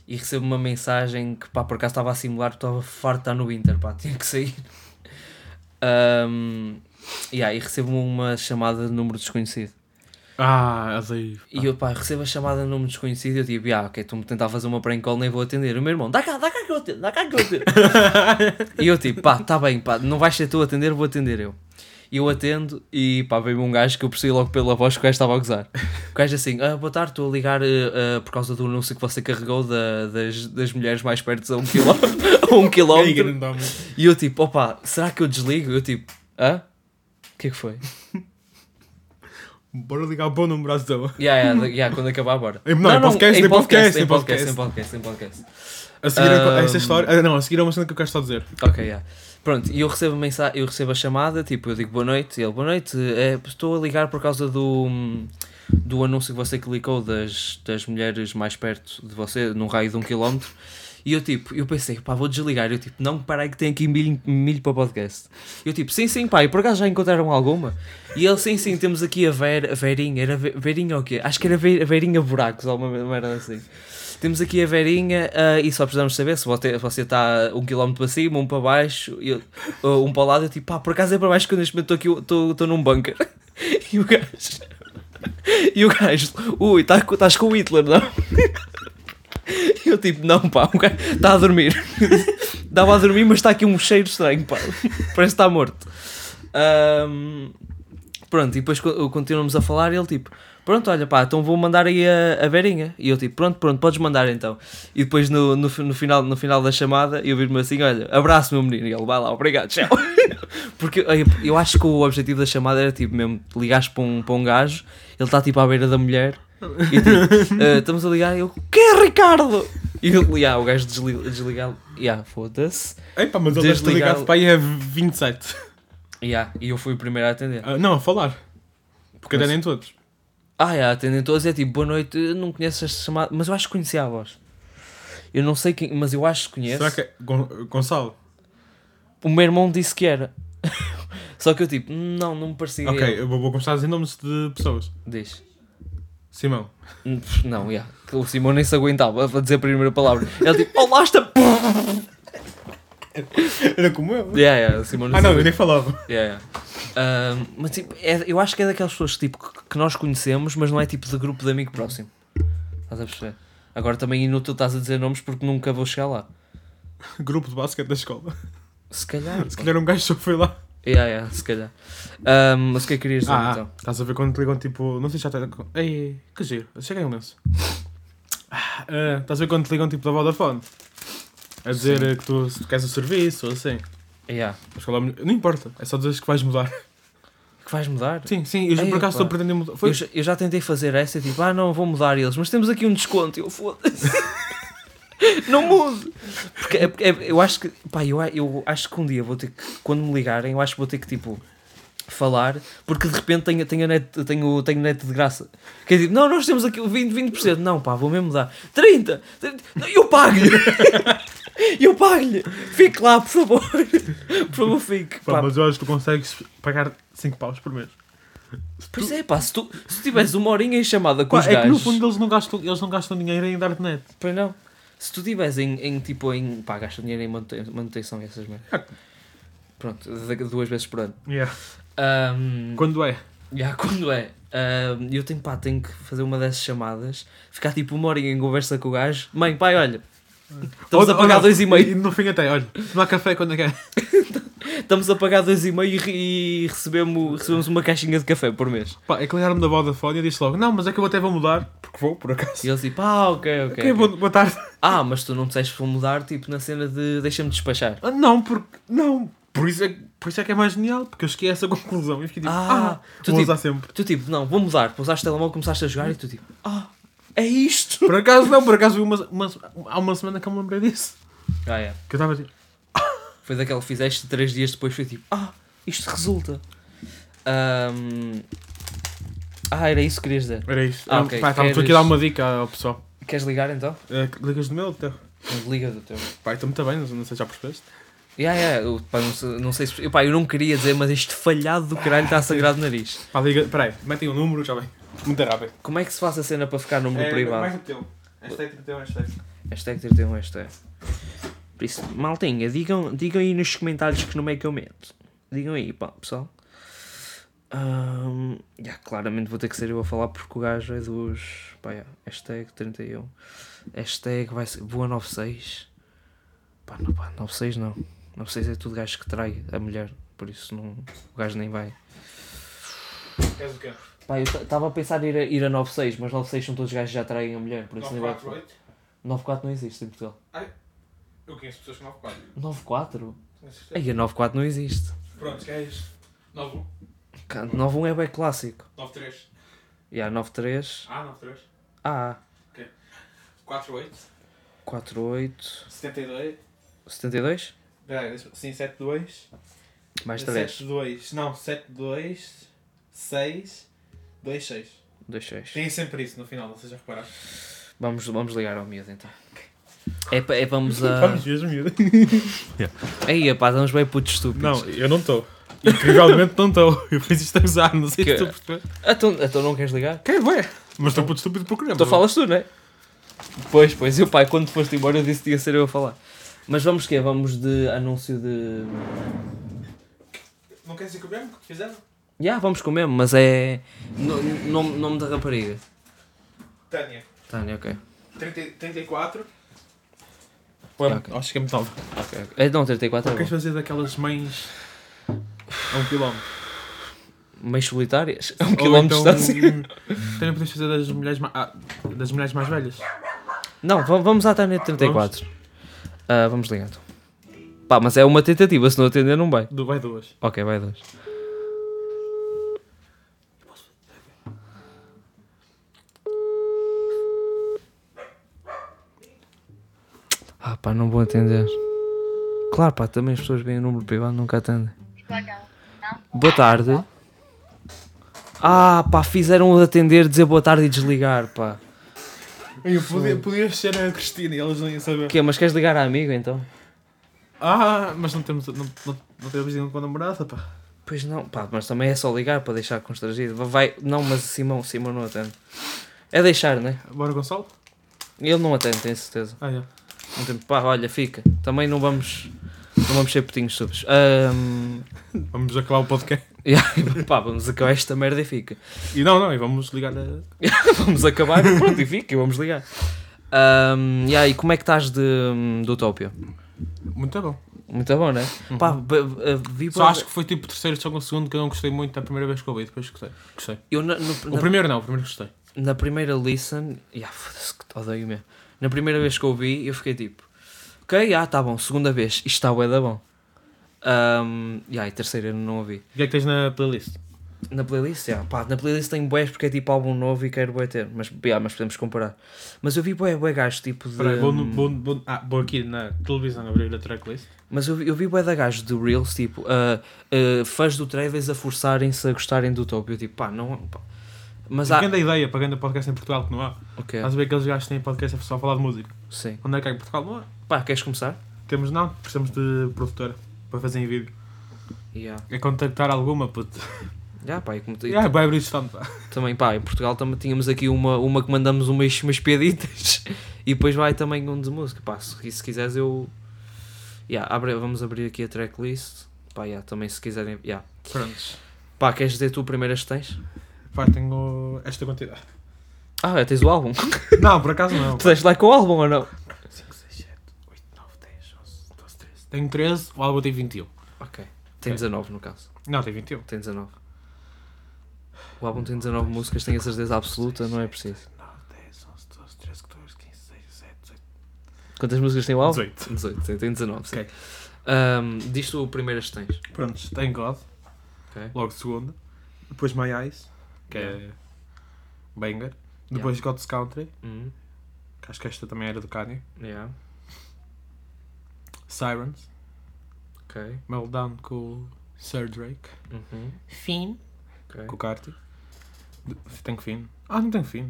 Speaker 1: E recebo uma mensagem que, pá, por acaso estava a simular, estava farto de estar no Inter, pá, [laughs] tinha que sair. Hum, yeah, e recebo uma chamada de número desconhecido.
Speaker 2: Ah, as aí. pá.
Speaker 1: E eu, pá, recebo a chamada de número desconhecido e eu tipo, ah, ok, estou-me a tentar fazer uma prank call, nem vou atender. O meu irmão, dá cá, dá cá que eu atendo, dá cá que eu atendo. e eu tipo, pá, tá bem, pá, não vais ser tu a atender, vou atender eu. E eu atendo e, pá, veio-me um gajo que eu percebi logo pela voz que o gajo estava a gozar. O gajo assim, ah, boa tarde, estou a ligar eh, eh, por causa do anúncio que você carregou da- das, das mulheres mais perto a um quilómetro. a um
Speaker 2: [laughs] Aí,
Speaker 1: quilómetro.
Speaker 2: grande homem.
Speaker 1: E eu tipo, opa, será que eu desligo? Eu tipo, hã? O que é que foi?
Speaker 2: Bora ligar o bom número à zoa.
Speaker 1: Yeah, yeah, da- yeah, quando acabar, bora.
Speaker 2: Em- não, em podcast, em podcast,
Speaker 1: em
Speaker 2: em
Speaker 1: podcast, em podcast, em podcast.
Speaker 2: A seguir a
Speaker 1: Ahm.
Speaker 2: esta história. ah, Não, a seguir é uma cena que eu quero só dizer.
Speaker 1: Ok, yeah. Pronto, e eu recebo, a mensa- eu recebo a chamada, tipo, eu digo boa noite, e ele, boa noite, é, estou a ligar por causa do, do anúncio que você clicou das, das mulheres mais perto de você, num raio de um quilómetro, e eu tipo, eu pensei, pá, vou desligar, eu tipo, não, parei que tem aqui milho, milho para podcast. Eu tipo, sim, sim, pá, e por acaso já encontraram alguma? E ele, sim, sim, temos aqui a, Ver, a Verinha, era Ve- Verinha ou o quê? Acho que era Ve- a Verinha Buracos, alguma merda assim. Temos aqui a Verinha ah, e só precisamos saber se você você está um quilómetro para cima, um para baixo, e eu- ou um para o lado. Eu tipo, pá, por acaso é para baixo que eu neste momento estou aqui, estou- estou num bunker. [laughs] E o gajo. E o gajo, ui, tá co- estás com o Hitler, não? [laughs] E eu tipo, não, pá, o gajo está a dormir. [laughs] Estava a dormir, mas está aqui um cheiro estranho, pá. [laughs] Parece que está morto. Ahm, pronto, e depois co- continuamos a falar e ele tipo, pronto, olha pá, então vou mandar aí a, a Verinha. E eu tipo, pronto, pronto, podes mandar então. E depois no, no, fi- no final, no final da chamada eu vi-me assim, olha, abraço meu menino. E ele, vai lá, obrigado, tchau. [laughs] Porque eu, eu acho que o objetivo da chamada era tipo mesmo, ligares para um, para um gajo, ele está tipo à beira da mulher. E tipo, "Ah, estamos a ligar e eu, que é Ricardo? E ele, "Ya", o gajo desli- desliga, yeah, foda-se.
Speaker 2: Epá, mas ele deve ter
Speaker 1: Desligar-
Speaker 2: ligado para aí a 27.
Speaker 1: Ya, E eu fui o primeiro a atender.
Speaker 2: Ah, não, a falar. Porque
Speaker 1: Mas-
Speaker 2: até nem todos.
Speaker 1: Ah, é, atendem todos, é tipo, boa noite, eu não conheço esta chamada, mas eu acho que conhecia a voz. Eu não sei quem, mas eu acho que conheço.
Speaker 2: Será que é. Gon- Gonçalo?
Speaker 1: O meu irmão disse que era. [laughs] Só que eu tipo, não, não me parecia.
Speaker 2: Ok,
Speaker 1: ele.
Speaker 2: eu vou, vou começar a dizer nomes de pessoas.
Speaker 1: Diz.
Speaker 2: Simão.
Speaker 1: Hum, pff, Não, yeah. "Oh, que O Simão nem se aguentava a dizer a primeira palavra. Ele tipo, olá, esta. p-".
Speaker 3: Era como eu.
Speaker 1: [laughs] Yeah, yeah, Simone
Speaker 3: Ah, não, eu
Speaker 1: Isabel.
Speaker 3: nem falava.
Speaker 1: Yeah, yeah. Ahm, mas tipo, é- eu acho que é daquelas pessoas tipo, que, que nós conhecemos, mas não é tipo de grupo de amigo próximo. Estás a perceber? Agora também inútil estás a dizer nomes porque nunca vou chegar lá.
Speaker 2: [laughs] Grupo de basquete da escola.
Speaker 1: Se calhar.
Speaker 2: Se calhar um gajo só foi lá.
Speaker 1: Yeah, yeah, se calhar. Ahm, mas o que é que querias dizer
Speaker 2: Ah,
Speaker 1: então?
Speaker 2: estás a ver quando te ligam tipo. Não sei se já está. Ei, que giro. Cheguei um lenço. Ah, ah, estás a ver quando te ligam tipo da Vodafone? A dizer
Speaker 1: Sim.
Speaker 2: eh, que tu, se tu queres o serviço ou assim.
Speaker 1: Yeah.
Speaker 2: Mas qual é o melhor- Não importa, é só dizer que
Speaker 1: [laughs]
Speaker 2: vais mudar.
Speaker 1: Que vais mudar?
Speaker 2: Sim, sim, eu já-
Speaker 1: Ei,
Speaker 2: por acaso
Speaker 1: pá.
Speaker 2: estou pretendendo mudar. Foi
Speaker 1: Eu, já, eu já tentei fazer essa tipo, ah não, vou mudar eles, mas temos aqui um desconto. Eu foda-se. [laughs] não mude. Porque é- é- eu acho que, pá, eu, a- eu acho que um dia vou ter que, quando me ligarem, eu acho que vou ter que tipo falar, porque de repente tenho, tenho, a net, tenho, tenho net de graça. Que é tipo, não, nós temos aqui o 20, 20%. Não, pá, vou mesmo dar 30, 30 não, eu pago-lhe. [laughs] eu pago-lhe. Fique lá, por favor. [laughs] Por favor, fique.
Speaker 2: Pá,
Speaker 1: Pá,
Speaker 2: mas eu acho que tu consegues pagar 5 paus por mês.
Speaker 1: Pois é, pá, se tu, se tu tivesse uma horinha em chamada com
Speaker 2: Pá,
Speaker 1: os
Speaker 2: é que no
Speaker 1: gajos...
Speaker 2: fundo eles não gastam, eles não gastam dinheiro em internet.
Speaker 1: Pois não. Se tu tiveres em, em tipo em. pá, gasta dinheiro em manute- manutenção e essas merdas.
Speaker 2: É.
Speaker 1: Pronto, de- duas vezes por ano.
Speaker 2: Yeah.
Speaker 1: Ahm,
Speaker 2: Quando é?
Speaker 1: já, [laughs] quando é? Ahm, eu tenho, pá, tenho que fazer uma dessas chamadas, ficar tipo uma horinha em conversa com o gajo. Mãe, pai, olha. Estamos
Speaker 2: Ou-
Speaker 1: a pagar
Speaker 2: ou não,
Speaker 1: dois e meio.
Speaker 2: No fim até, olha, se não há café quando é que é?
Speaker 1: Estamos a pagar dois e meio e re- e recebemos, recebemos uma caixinha de café por mês.
Speaker 2: Pá, é que ligaram-me da Vodafone e eu disse logo, não, mas é que eu até vou mudar, porque vou, por acaso.
Speaker 1: E eles tipo, ah, ok, ok.
Speaker 2: Ok, boa, boa tarde. [laughs]
Speaker 1: Ah, mas tu não disseste para mudar, tipo, na cena de deixa-me despachar.
Speaker 2: Ah, Não, porque, não, por isso, é, que- por isso é que é mais genial, porque eu cheguei a essa [laughs] conclusão. Eu fiquei tipo,
Speaker 1: Ah,
Speaker 2: ah,
Speaker 1: tu
Speaker 2: vou
Speaker 1: tipo-
Speaker 2: usar sempre.
Speaker 1: Tu tipo, não, vou mudar. Pousaste o telemóvel, começaste a jogar e tu tipo, ah, é isto.
Speaker 2: Por acaso não, por acaso vi uma, uma- há uma semana que eu me lembrei disso.
Speaker 1: Ah, é.
Speaker 2: Que eu estava tipo,
Speaker 1: Foi daquela que fizeste três dias depois, foi tipo, ah, isto resulta. Ahm, Ah, era isso que querias dizer.
Speaker 2: era isto.
Speaker 1: Ah,
Speaker 2: Ah,
Speaker 1: ok,
Speaker 2: Pá, estava
Speaker 1: queres-
Speaker 2: aqui a dar uma dica ao pessoal.
Speaker 1: Queres ligar então?
Speaker 2: Eh, ligas do meu, teu?
Speaker 1: Liga do teu.
Speaker 2: Pá, estou muito bem, não sei não sei se já percebeste.
Speaker 1: Yeah, yeah, eu, pá, não, sei, não sei se. eu, Pá, eu não queria dizer, mas este falhado do caralho está a sangrar o nariz.
Speaker 2: Pá, liga, peraí, metem o número, já vem. Muito rápido.
Speaker 1: Como é que se faz a cena para ficar
Speaker 2: É,
Speaker 1: número privado?
Speaker 2: o teu. Hashtag o teu, é hashtag.
Speaker 1: Hashtag 31 hashtag. Por isso, maltinha, digam, digam aí nos comentários que nome é que eu meto. Digam aí, pá, pessoal. Ahm, já, claramente vou ter que ser eu a falar porque o gajo é dos. Pá, já, hashtag 31. Hashtag vai ser. Boa 96. Pá, não, pá, 96 não. 96 é tudo gajo que trai a mulher. Por isso não, o gajo nem vai.
Speaker 2: Queres o quê?
Speaker 1: Pá, eu estava a pensar em ir a, ir a 96, mas 96 são todos gajos que já traem a mulher. Por isso é nem vai.
Speaker 2: é
Speaker 1: 94 não existe em Portugal.
Speaker 2: Eu conheço pessoas com 9-4.
Speaker 1: 94? Aí a 94 não existe.
Speaker 2: Pronto, é queres? 9-1,
Speaker 1: Cá, 91 é bem clássico.
Speaker 2: 9-3.
Speaker 1: E há 93.
Speaker 2: Ah, 9-3.
Speaker 1: Ah,
Speaker 2: 4-8.
Speaker 1: 48.
Speaker 2: 72.
Speaker 1: 72?
Speaker 2: Peraí, sim, 7-2.
Speaker 1: Mais 3.
Speaker 2: 7-2. Não, 7-2. 6. 2-6.
Speaker 1: 26.
Speaker 2: Tem sempre isso no final, não seja reparar.
Speaker 1: Vamos, vamos ligar ao miúdo então. É, pa- é vamos a.
Speaker 2: Vamos ver, miúdo.
Speaker 1: Aí, pá, estamos bem putos estúpidos.
Speaker 2: Não, eu não estou. Incrivelmente não estou. Eu fiz isto a usar, não sei
Speaker 1: Que-
Speaker 2: se tu percebes.
Speaker 1: Então, então não queres ligar?
Speaker 2: Quem vai? Mas estou puto estúpido por querer.
Speaker 1: Então falas tu, não é? Pois, pois. Eu, pai, quando foste embora eu disse que ia ser eu a falar. Mas vamos quê? Vamos de anúncio de.
Speaker 2: Não queres dizer que o mesmo que fizeram?
Speaker 1: Já, vamos com o mesmo, mas é. no- nome, nome da rapariga.
Speaker 2: Tânia,
Speaker 1: Tânia, ok.
Speaker 2: 30, 34.
Speaker 1: Ué, ok.
Speaker 2: Acho que é muito nova.
Speaker 1: ok. É, não, 34 é
Speaker 2: Queres
Speaker 1: bom.
Speaker 2: fazer daquelas mães a um quilómetro?
Speaker 1: Meios solitárias. [laughs] A
Speaker 2: Ou
Speaker 1: um quilómetro de
Speaker 2: então,
Speaker 1: distância.
Speaker 2: Também podes fazer das mulheres, ma- ah, das mulheres mais velhas. um-
Speaker 1: Não, va- vamos à Tânia de 34. Ah, vamos ligando. Pá, mas é uma tentativa, se não atender não vai.
Speaker 2: Do, vai duas.
Speaker 1: Ok, vai dois. Ah pá, não vou atender. Claro pá, também as pessoas veem o número privado nunca atendem. Boa tarde. Ah pá, fizeram o de atender, dizer boa tarde e desligar pá.
Speaker 2: Eu podia, podias ser a Cristina e elas não iam saber.
Speaker 1: Quê, mas queres ligar à amiga então?
Speaker 2: Ah, mas não temos, não, não, não temos nenhum com a namorada, pá.
Speaker 1: Pois não, pá, mas também é só ligar para deixar constrangido. Vai, não, mas Simão, Simão não atende. É deixar, né?
Speaker 2: Bora, Gonçalo?
Speaker 1: Ele não atende, tenho certeza.
Speaker 2: Ah, é.
Speaker 1: Não tem, pá, olha, fica. Também não vamos. Não vamos ser putinhos subs. Ahm, [laughs]
Speaker 2: Vamos acabar o podcast.
Speaker 1: yeah, pá, vamos acabar esta merda e fica.
Speaker 2: E não, não, e vamos ligar a.
Speaker 1: Vamos acabar [laughs] e pronto, e fica, e vamos ligar. Ahm, yeah, e como é que estás de, de Utopia?
Speaker 2: Muito bom.
Speaker 1: Muito bom, né? Pá, b- b- vi
Speaker 2: Só
Speaker 1: bué-
Speaker 2: acho que foi tipo o terceiro, só com o segundo que eu não gostei muito da primeira vez que ouvi, depois gostei. Gostei.
Speaker 1: eu na, no-
Speaker 2: O
Speaker 1: na-
Speaker 2: primeiro não, o primeiro gostei.
Speaker 1: na primeira listen, yeah, foda-se que te odeio mesmo. Na primeira vez que eu ouvi, eu fiquei tipo, ok, ah, tá bom, segunda vez, isto está bué da bom. Ahm, yeah, e terceira eu não ouvi.
Speaker 2: O que é que tens na playlist?
Speaker 1: Na playlist, yeah, pá, na playlist tem bués porque é tipo álbum novo e quero bué ter, mas, yeah, mas podemos comparar. Mas eu vi bué, bué gajo tipo de...
Speaker 2: Espera aí, vou, no- vou, vou- ah, vou aqui na televisão abrir a tracklist.
Speaker 1: Mas eu, vi- eu vi bué da gajo de Reels, tipo, ah, ah, fãs do Travis a forçarem-se a gostarem do top. Eu tipo, pá, não... Pá. Mas há... É.
Speaker 2: Pagando é a ideia, pagando podcast em Portugal que não há.
Speaker 1: Ok,
Speaker 2: Estás a ver aqueles gajos que têm podcast só a falar de música.
Speaker 1: sim.
Speaker 2: Onde é que há em Portugal? Não há.
Speaker 1: Pá, queres começar?
Speaker 2: Temos não, precisamos de produtora para fazer em vídeo.
Speaker 1: Yeah.
Speaker 2: É contactar alguma, puto.
Speaker 1: Yeah, pá, e como te-
Speaker 2: Ah, vai abrir isto tanto.
Speaker 1: Também, pá, em Portugal também tínhamos aqui uma, uma que mandamos umas, umas piaditas [laughs] e depois vai também um de música. Pá, se, se quiseres eu. Yeah, abre, vamos abrir aqui a tracklist. Pá, yeah, também se quiserem. Yeah.
Speaker 2: Prontos.
Speaker 1: Pá, queres dizer tu primeiras que tens?
Speaker 2: Pá, tenho esta
Speaker 1: [laughs]
Speaker 2: quantidade.
Speaker 1: Ah, é, tens o álbum. [laughs] tu
Speaker 2: Não, por acaso não.
Speaker 1: tens lá com o álbum ou não?
Speaker 2: 5, 6, 7, 8, 9, 10, 11, 12, 13. Tenho 13, o álbum tem 21.
Speaker 1: Ok. Tem
Speaker 2: Ok.
Speaker 1: 19 no caso.
Speaker 2: Não, tem 21.
Speaker 1: Tem 19. O álbum tem 19 músicas, tenho a certeza absoluta, não é preciso.
Speaker 2: 9, 10, 11, 12, 13, 14, 15, 16, 17, 18.
Speaker 1: Quantas músicas tem o álbum?
Speaker 2: 18.
Speaker 1: 18. sim, tem 19, sim.
Speaker 2: Ok.
Speaker 1: Ahm, diz tu primeiras que tens.
Speaker 2: Prontos, tenho God,
Speaker 1: Ok.
Speaker 2: logo segunda. Depois My Eyes, que é banger. Depois God's Country,
Speaker 1: Hum,
Speaker 2: que acho que esta também era do Kanye.
Speaker 1: yeah.
Speaker 2: Sirens,
Speaker 1: Ok.
Speaker 2: Meltdown com o Sir Drake.
Speaker 1: Uhum.
Speaker 2: Finn.
Speaker 1: Ok.
Speaker 2: Com o Carti. De- Tenho Finn. Ah, não tenho Finn.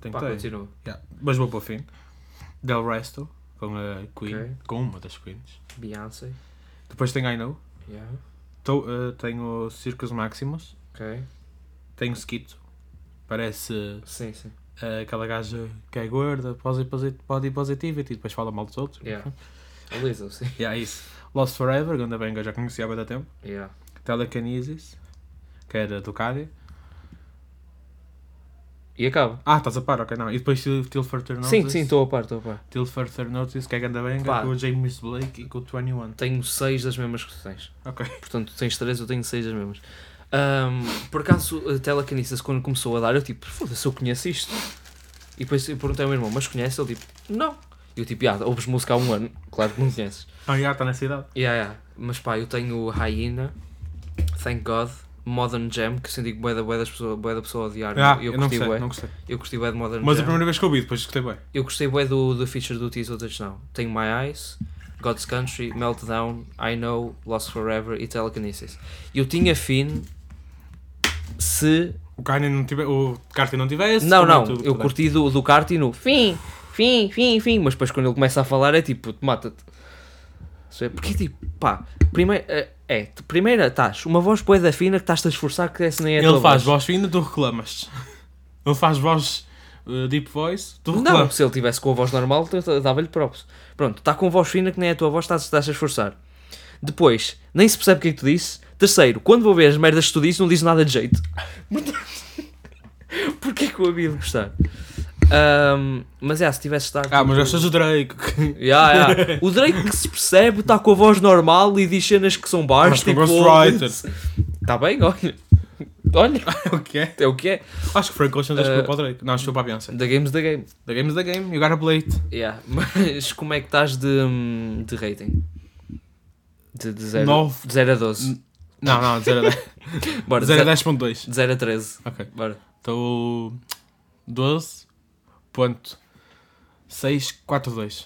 Speaker 2: Tenho
Speaker 1: Pá,
Speaker 2: tenho.
Speaker 1: continua.
Speaker 2: Yeah, Mas vou para o fim. Del Resto, com a Queen,
Speaker 1: Ok.
Speaker 2: com uma das Queens.
Speaker 1: Beyoncé.
Speaker 2: Depois tenho I Know,
Speaker 1: Yeah.
Speaker 2: to, eh, tenho Circus Maximus,
Speaker 1: Ok.
Speaker 2: tenho Skito, parece
Speaker 1: Sim, sim.
Speaker 2: eh, aquela gaja que é gorda, posi- posi- body positivity, depois fala mal dos outros.
Speaker 1: Yeah. [laughs] Lizzo, sim.
Speaker 2: Yeah, isso. Lost Forever, Ganda Bang, eu já conhecia há muito tempo.
Speaker 1: Yeah.
Speaker 2: Telekinesis, que era do Cádia.
Speaker 1: E acaba.
Speaker 2: Ah, estás a par, ok, não. E depois Til- Tilford Turnover.
Speaker 1: Sim, sim, estou a par, estou a par.
Speaker 2: Tilford Notice, que é Ganda Bang,
Speaker 1: Pá.
Speaker 2: com o James Blake e com o 21.
Speaker 1: Tenho seis das mesmas que tu tens.
Speaker 2: Ok. [laughs]
Speaker 1: Portanto, tu tens três, eu tenho seis das mesmas. Ahm, por acaso, a Telekinesis, quando começou a dar, eu tipo, foda-se, eu conheço isto. E depois eu perguntei ao meu irmão, mas conhece? Ele tipo, não. Eu tipo, ah, ouves música há um ano, claro que não conheces.
Speaker 2: Ah, já está nessa idade.
Speaker 1: Yeah, yeah. Mas pá, eu tenho Hyena, Thank God, Modern Jam, que senti que bué da bué das pessoas- bué da pessoa a odiar.
Speaker 2: Ah,
Speaker 1: eu, eu
Speaker 2: eu, não
Speaker 1: curti
Speaker 2: gostei,
Speaker 1: bué.
Speaker 2: não gostei.
Speaker 1: Eu gostei bué de Modern
Speaker 2: Mas a
Speaker 1: Jam.
Speaker 2: primeira vez que ouvi, depois gostei bem.
Speaker 1: Eu gostei bué do, do feature do Tease, outras não. Tenho My Eyes, God's Country, Meltdown, I Know, Lost Forever e Telekinesis. Eu tinha fim se...
Speaker 2: O Kanye não tiver, o Carter não tivesse.
Speaker 1: não,
Speaker 2: também
Speaker 1: não,
Speaker 2: tudo tá
Speaker 1: eu
Speaker 2: que dá.
Speaker 1: curti do, do Carti no fim, fim, fim, fim, mas depois quando ele começa a falar é tipo, mata-te. Percebe? Porque tipo, pá, primeiro, é, é, tu- primeira estás, uma voz bué da fina que estás-te a esforçar que essa nem é a
Speaker 2: Ele
Speaker 1: tua
Speaker 2: faz
Speaker 1: voz.
Speaker 2: voz fina, tu reclamas. Ele faz voz uh, deep voice, tu
Speaker 1: Não,
Speaker 2: reclamas.
Speaker 1: se ele tivesse com a voz normal, eu t- dava-lhe props. Pronto, está com voz fina que nem é a tua voz, estás, estás a esforçar. Depois, nem se percebe o que é que tu disse. Terceiro, quando vou ver as merdas que tu disse, não diz nada de jeito. [laughs] Portanto, porquê que eu havia de gostar? Ahm, mas é, se tivesse de estar.
Speaker 2: Ah, mas
Speaker 1: tipo-
Speaker 2: gostas do Drake. [laughs]
Speaker 1: Ya, ya. O Drake que se percebe está com a voz normal e diz cenas que são
Speaker 2: Mas
Speaker 1: baixas.
Speaker 2: com
Speaker 1: Tipo,
Speaker 2: um Ghostwriter.
Speaker 1: Está bem, olha. Olha,
Speaker 2: o que é?
Speaker 1: é o que é.
Speaker 2: Acho que Frank Ocean acho que
Speaker 1: Uh,
Speaker 2: foi para o Drake. Não, acho que foi para a Beyoncé.
Speaker 1: The game's the game.
Speaker 2: The game's the game, you gotta play it.
Speaker 1: Yeah, mas como é que estás de, hum, de rating? De, de 0
Speaker 2: Nove.
Speaker 1: a 12.
Speaker 2: Não, não, 0 [laughs] a 10.
Speaker 1: Bora,
Speaker 2: 0
Speaker 1: 0
Speaker 2: a 10.2.
Speaker 1: a 13.
Speaker 2: Ok. Então,
Speaker 1: Bora.
Speaker 2: Estou. 12.642.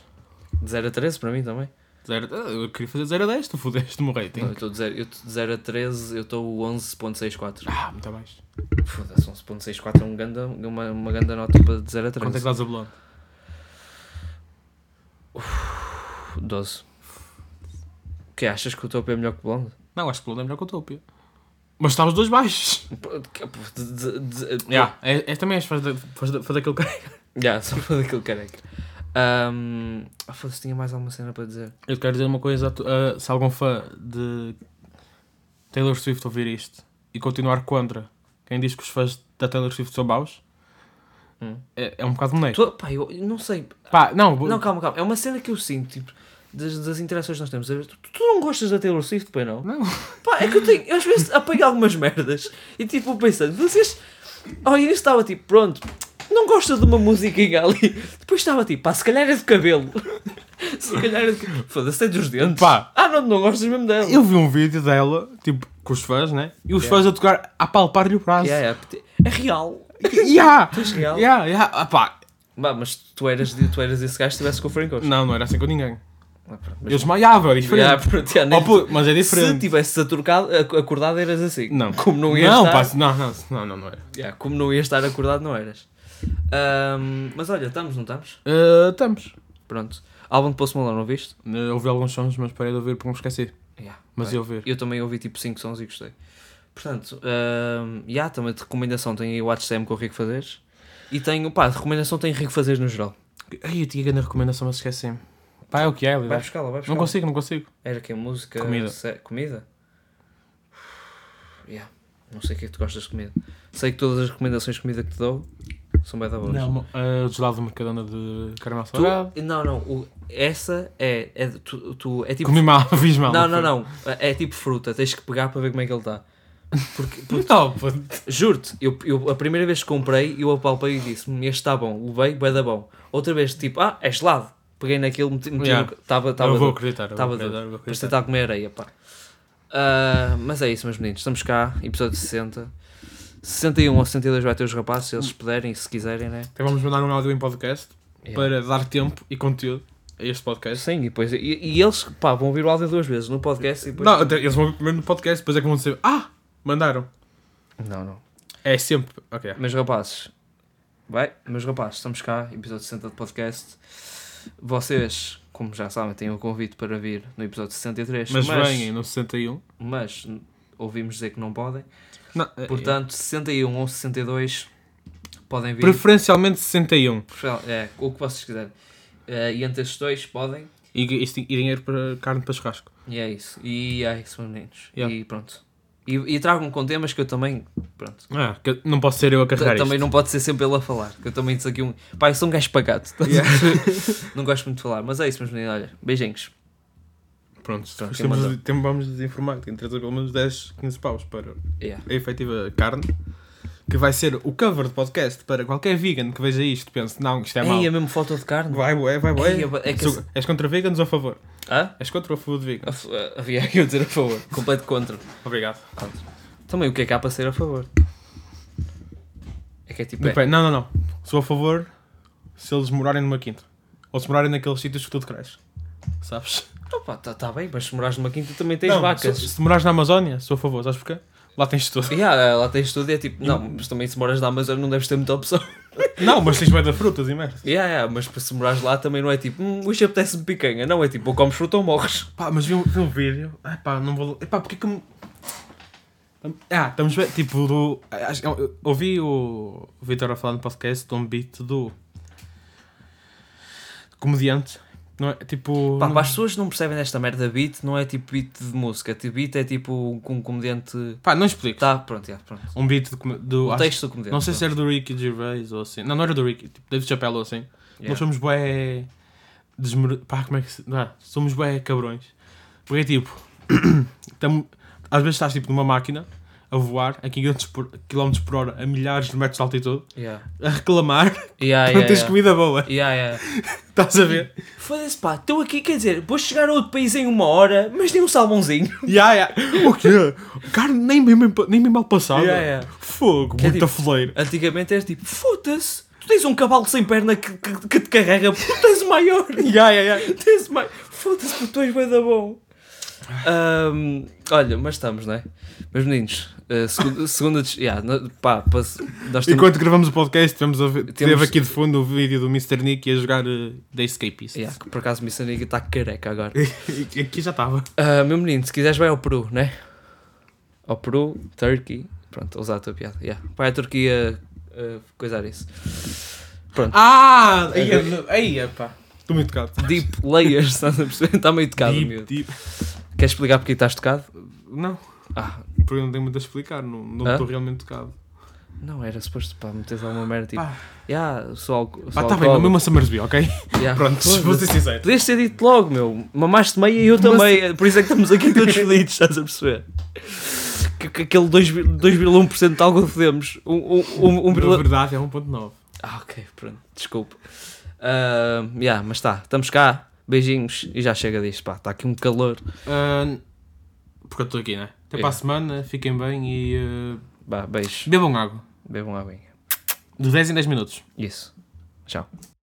Speaker 1: 0 a 13 para mim também.
Speaker 2: Zero- ah, Eu queria fazer 0 a 10, tu fudeste no rating.
Speaker 1: Não, eu estou de 0 eu tô de 0 a 13, eu estou 11.64.
Speaker 2: Ah, muito abaixo.
Speaker 1: Foda-se, 11.64 é um ganda, uma, uma ganda nota para de 0 a
Speaker 2: Quanto é que
Speaker 1: 13.
Speaker 2: dás a Blonde?
Speaker 1: 12. O Tipo, que achas que o topo é melhor que o blonde?
Speaker 2: Não, acho que o Blonde é melhor que o Utopia. Mas está os dois baixos.
Speaker 1: De- de- de-
Speaker 2: Yeah, é, é também és faz, da- faz, da- faz daquele cara.
Speaker 1: [laughs] Yeah, só para daquele careca. Ahm, ah, foda-se, tinha mais alguma cena para dizer.
Speaker 2: Eu te quero dizer uma coisa, a tu- a- se algum fã de Taylor Swift ouvir isto e continuar contra quem diz que os fãs da Taylor Swift são maus,
Speaker 1: Hum.
Speaker 2: é, é um bocado moleque.
Speaker 1: Tu- pá, eu não sei.
Speaker 2: Pá, não,
Speaker 1: Não, calma, calma. É uma cena que eu sinto, tipo, das, das interações que nós temos. Tu, tu não gostas da Taylor Swift, pois não?
Speaker 2: Não. [laughs]
Speaker 1: Pá, é que eu tenho. Eu às vezes apanho algumas merdas e tipo, vou pensando, vocês. Olha, eu estava tipo, pronto, não gosta de uma musiquinha ali. Depois estava tipo, pá, se calhar é de cabelo. [laughs] se calhar é de cabelo. Foda-se, é dos dentes.
Speaker 2: Pá.
Speaker 1: Ah, não, não gostas mesmo dela.
Speaker 2: eu vi um vídeo dela, tipo, com os fãs, né? E os
Speaker 1: Yeah.
Speaker 2: fãs a tocar, a palpar-lhe o braço.
Speaker 1: Yeah, yeah, porque- É real.
Speaker 2: Yeah.
Speaker 1: És real.
Speaker 2: Yeah, yeah. Ah, pá.
Speaker 1: Bah, mas tu eras, tu eras esse gajo que estivesse com o Frank Ocean.
Speaker 2: Não, não era assim com ninguém.
Speaker 1: Ah, pronto, mas-
Speaker 2: Eu desmaiava, é diferente.
Speaker 1: Yeah, pronto, yeah, nem-
Speaker 2: Oh, puto, mas é
Speaker 1: Se
Speaker 2: diferente.
Speaker 1: tivesses aturcado- ac- acordado, eras assim.
Speaker 2: Não.
Speaker 1: Como não ias
Speaker 2: não,
Speaker 1: estar.
Speaker 2: pá, se- não, não, se- não, não, não era.
Speaker 1: Yeah, como não ias estar acordado, não eras. Ahm, mas olha, estamos, não estamos?
Speaker 2: Ah, estamos.
Speaker 1: Pronto. Álbum de Post Malone, ouviste?
Speaker 2: Ah, ouvi alguns sons, mas parei de ouvir porque me esqueci.
Speaker 1: Yeah,
Speaker 2: Mas
Speaker 1: bem.
Speaker 2: eu ouvir.
Speaker 1: Eu também ouvi tipo 5 sons e gostei. Portanto, ahm, yeah, também de recomendação tem aí o WhatsApp com o Rico Fazeres. E tenho, pá, de recomendação tem Rico Fazeres no geral.
Speaker 2: Ai, eu tinha grande recomendação, mas esqueci-me. Pá, é o que é,
Speaker 1: Vai
Speaker 2: Lidar.
Speaker 1: buscar lá, vai buscar
Speaker 2: Não consigo, não consigo.
Speaker 1: Era que a música.
Speaker 2: Comida.
Speaker 1: se- comida? Yeah. Não sei o que é que tu gostas de comida. Sei que todas as recomendações de comida que te dou são bem da boas.
Speaker 2: Não, ah, o gelado de mercadona de caramelo
Speaker 1: Tu-
Speaker 2: salgado.
Speaker 1: não, não, o- essa é, é de- tu, tu- é tipo
Speaker 2: Comi mal, [laughs] fiz mal.
Speaker 1: Não, não,
Speaker 2: foi?
Speaker 1: não, é tipo fruta, tens que pegar para ver como é que ele está. Porque, porque-
Speaker 2: Não, puto.
Speaker 1: juro-te, eu, eu- a primeira vez que comprei, eu apalpei e disse, "Hum, este está bom, levei, bué da bom. Outra vez, tipo, ah, é gelado. Peguei naquilo, meti, meti
Speaker 2: Yeah.
Speaker 1: no- tava, tava
Speaker 2: eu vou
Speaker 1: duro.
Speaker 2: acreditar. eu
Speaker 1: Tava
Speaker 2: vou acreditar, eu
Speaker 1: duro.
Speaker 2: vou
Speaker 1: Mas
Speaker 2: acreditar.
Speaker 1: tentar comer areia, pá. Ah, mas é isso, meus meninos, estamos cá, episódio 60. 61 ou 62 vai ter os rapazes, se eles puderem, se quiserem, né?
Speaker 2: Então vamos mandar um áudio em podcast
Speaker 1: Yeah.
Speaker 2: para dar tempo e conteúdo a este podcast.
Speaker 1: Sim, e, depois, e, e eles, pá, vão ouvir o áudio duas vezes, no podcast e depois...
Speaker 2: Não, até- eles vão ver primeiro no podcast, depois é que vão dizer Ah, mandaram.
Speaker 1: não. não.
Speaker 2: É sempre. Ok.
Speaker 1: Meus rapazes, vai, meus rapazes, estamos cá, episódio 60 do podcast. Vocês, como já sabem, têm o convite para vir no episódio 63,
Speaker 2: Mas venham no 61.
Speaker 1: mas n- ouvimos dizer que não podem.
Speaker 2: Não, é-
Speaker 1: Portanto, 61 ou 62 podem
Speaker 2: é.
Speaker 1: vir.
Speaker 2: preferencialmente 61.
Speaker 1: Prefer- É, o que vocês quiserem. Eh, e entre estes dois podem.
Speaker 2: E, e, e dinheiro para carne para churrasco.
Speaker 1: E é isso. E é isso, meus meninos.
Speaker 2: Yeah.
Speaker 1: E pronto. E, e tragam com temas que eu também. Pronto.
Speaker 2: Ah, que não posso ser eu a carregar
Speaker 1: Ta- Também
Speaker 2: isto.
Speaker 1: não pode ser sempre ele a falar. Que eu também disse aqui um. Pá, eu sou um gajo pagado. [laughs] não gosto muito de falar. Mas é isso, meus meninos. Olha, beijinhos.
Speaker 2: Pronto,
Speaker 1: Pronto, quem
Speaker 2: temos,
Speaker 1: mandou?
Speaker 2: temos, vamos desinformar. Tem que trazer pelo menos 10, 15 paus para
Speaker 1: Yeah.
Speaker 2: a efetiva carne. Que vai ser o cover de podcast para qualquer vegan que veja isto. Pense, não, isto é mau.
Speaker 1: Ei, a mesmo foto de carne.
Speaker 2: Vai, boé, vai, boé.
Speaker 1: Ei, eu- é que
Speaker 2: Sou- És contra vegans ou a favor?
Speaker 1: Hã?
Speaker 2: És contra ou a favor de vegan?
Speaker 1: A f- a- Havia aqui a dizer a favor. Completo contra.
Speaker 2: Obrigado.
Speaker 1: Contra. Também o que é que há para ser a favor? É que é tipo. é-
Speaker 2: Depende. Não, não, não. Sou a favor se eles morarem numa quinta. Ou se morarem naqueles sítios que tudo cresce. Sabes?
Speaker 1: Opa, tá, tá bem, mas se morares numa quinta também tens
Speaker 2: Não,
Speaker 1: vacas.
Speaker 2: Se, se morares na Amazónia, sou a favor. Sabes porquê? Lá
Speaker 1: [laughs]
Speaker 2: tens tudo.
Speaker 1: Yeah, lá tens tudo e é tipo, não,
Speaker 2: Hum.
Speaker 1: mas também se moras na Amazônia não deves ter muita opção. [laughs]
Speaker 2: não, mas tens bué de frutas e merda.
Speaker 1: Yeah, yeah, mas se morares lá também não é tipo, hum, hoje apetece-me picanha. Não, é tipo, ou comes fruta ou morres.
Speaker 2: Pá, mas vi um, vi um vídeo. Ah, pá, não vou. Epá, porque que me. Ah, estamos bem. Tipo, do. acho- eu- eu Ouvi o Vitor a falar no podcast de um beat do. Comediante. Não é? Tipo.
Speaker 1: Pá,
Speaker 2: não-
Speaker 1: para as pessoas que não percebem desta merda, beat não é tipo beat de música, tipo, beat é tipo um um comediante.
Speaker 2: Pá, não explico.
Speaker 1: Tá, pronto, já, pronto.
Speaker 2: Um beat do. come- do
Speaker 1: O
Speaker 2: acho-
Speaker 1: texto do comediante.
Speaker 2: Não sei se era do Ricky Gervais ou assim. Não, não era do Ricky. Tipo, David Chappelle ou assim.
Speaker 1: Yeah.
Speaker 2: Nós somos bué... Desmer... Pá, como é que se... Não, somos bué cabrões. Porque é tipo... [coughs] tamo- Às vezes estás tipo numa máquina a voar a 500 por... km por hora a milhares de metros de altitude
Speaker 1: Yeah.
Speaker 2: a reclamar
Speaker 1: Yeah,
Speaker 2: é- que
Speaker 1: Ah, yeah,
Speaker 2: não tens
Speaker 1: yeah.
Speaker 2: comida boa.
Speaker 1: Yeah, yeah.
Speaker 2: Estás a
Speaker 1: [laughs]
Speaker 2: ver?
Speaker 1: Foda-se, pá, estou aqui, quer dizer, vou chegar a outro país em uma hora, mas nem um salmãozinho.
Speaker 2: Ya, ya. O quê? Cara, nem bem, bem- nem bem mal passado.
Speaker 1: Ya, ya.
Speaker 2: Fogo,
Speaker 1: Que é
Speaker 2: muita
Speaker 1: tipo-
Speaker 2: foleira.
Speaker 1: Antigamente era tipo, foda-se, tu tens um cavalo sem perna que, que, que te carrega, tu tens o
Speaker 2: [laughs]
Speaker 1: maior.
Speaker 2: Ya, ya, ya.
Speaker 1: Tens mais. Foda-se, porque tu és bué da bom. Ahm, olha, mas estamos, não é? Meus meninos, eh, [laughs] segunda, segunda des- yeah, no- pá, pa- nós temos.
Speaker 2: Enquanto gravamos o podcast, tivemos a ver, teve
Speaker 1: Temos-
Speaker 2: aqui de fundo o vídeo do Mr. Nick a jogar eh, The Escapist. [laughs]
Speaker 1: Yeah, que por acaso o Missaniga está careca agora.
Speaker 2: aqui já estava.
Speaker 1: Ah, meu menino, se quiseres, vai ao Peru, né? Ao Peru, Turkey. Pronto, usar a tua piada. Yeah. Vai à Turquia eh, coisar isso.
Speaker 2: Ah!
Speaker 1: aí é-
Speaker 2: Aí, pá. Estou muito tocado.
Speaker 1: Deep layers, [laughs] estás a perceber? Está meio tocado,
Speaker 2: Deep,
Speaker 1: miúdo.
Speaker 2: deep.
Speaker 1: Queres explicar porque estás tocado?
Speaker 2: Não,
Speaker 1: Ah,
Speaker 2: porque não tenho muito a explicar, não não
Speaker 1: Hã?
Speaker 2: estou realmente tocado.
Speaker 1: não, era suposto para meteres alguma merda tipo.
Speaker 2: Pá.
Speaker 1: Yeah, sou alco-
Speaker 2: Pá,
Speaker 1: sou
Speaker 2: está tá bem, mas
Speaker 1: alcoólico."
Speaker 2: mesmo a
Speaker 1: [laughs]
Speaker 2: Summersby, ok?
Speaker 1: Yeah.
Speaker 2: Pronto, vou ser sincero.
Speaker 1: Podias ter dito logo, meu. Mamaste meia e eu também. Por isso é que estamos aqui todos felizes, estás a perceber? Que, que aquele 2,1% 2,1% de algo fodemos. Um, um, um, um,
Speaker 2: Na
Speaker 1: vírgula-
Speaker 2: verdade é 1.9.
Speaker 1: Ah, ok, pronto, desculpa. Ah, yeah, mas tá, estamos cá. Beijinhos e já chega disto, pá. Está aqui um calor.
Speaker 2: Ahn, porque eu estou aqui, né? Até
Speaker 1: É.
Speaker 2: para a semana, fiquem bem e ah,
Speaker 1: Bah, beijo.
Speaker 2: bebam água.
Speaker 1: Bebam aguinha.
Speaker 2: De 10 em 10 minutos.
Speaker 1: Isso. Tchau.